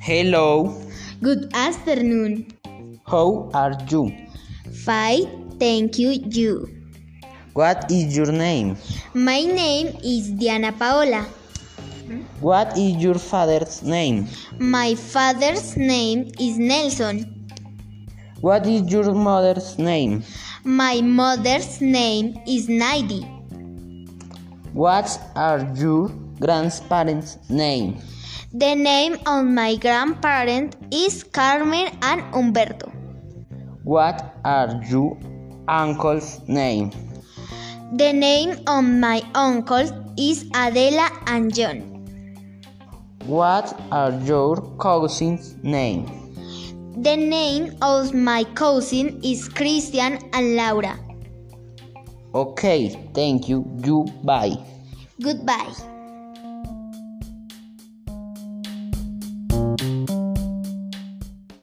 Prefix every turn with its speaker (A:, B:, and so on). A: Hello,
B: Good afternoon.
A: how are you?
B: Fine, thank you, you.
A: What is your name?
B: My name is Diana Paola.
A: What is your father's name?
B: My father's name is Nelson.
A: What is your mother's name?
B: My mother's name is Naidi.
A: What are your grandparents' name?
B: The name of my grandparents is Carmen and Humberto.
A: What are your uncle's name?
B: The name of my uncle is Adela and John.
A: What are your cousin's name?
B: The name of my cousin is Christian and Laura.
A: Okay, thank you. You bye.
B: Goodbye.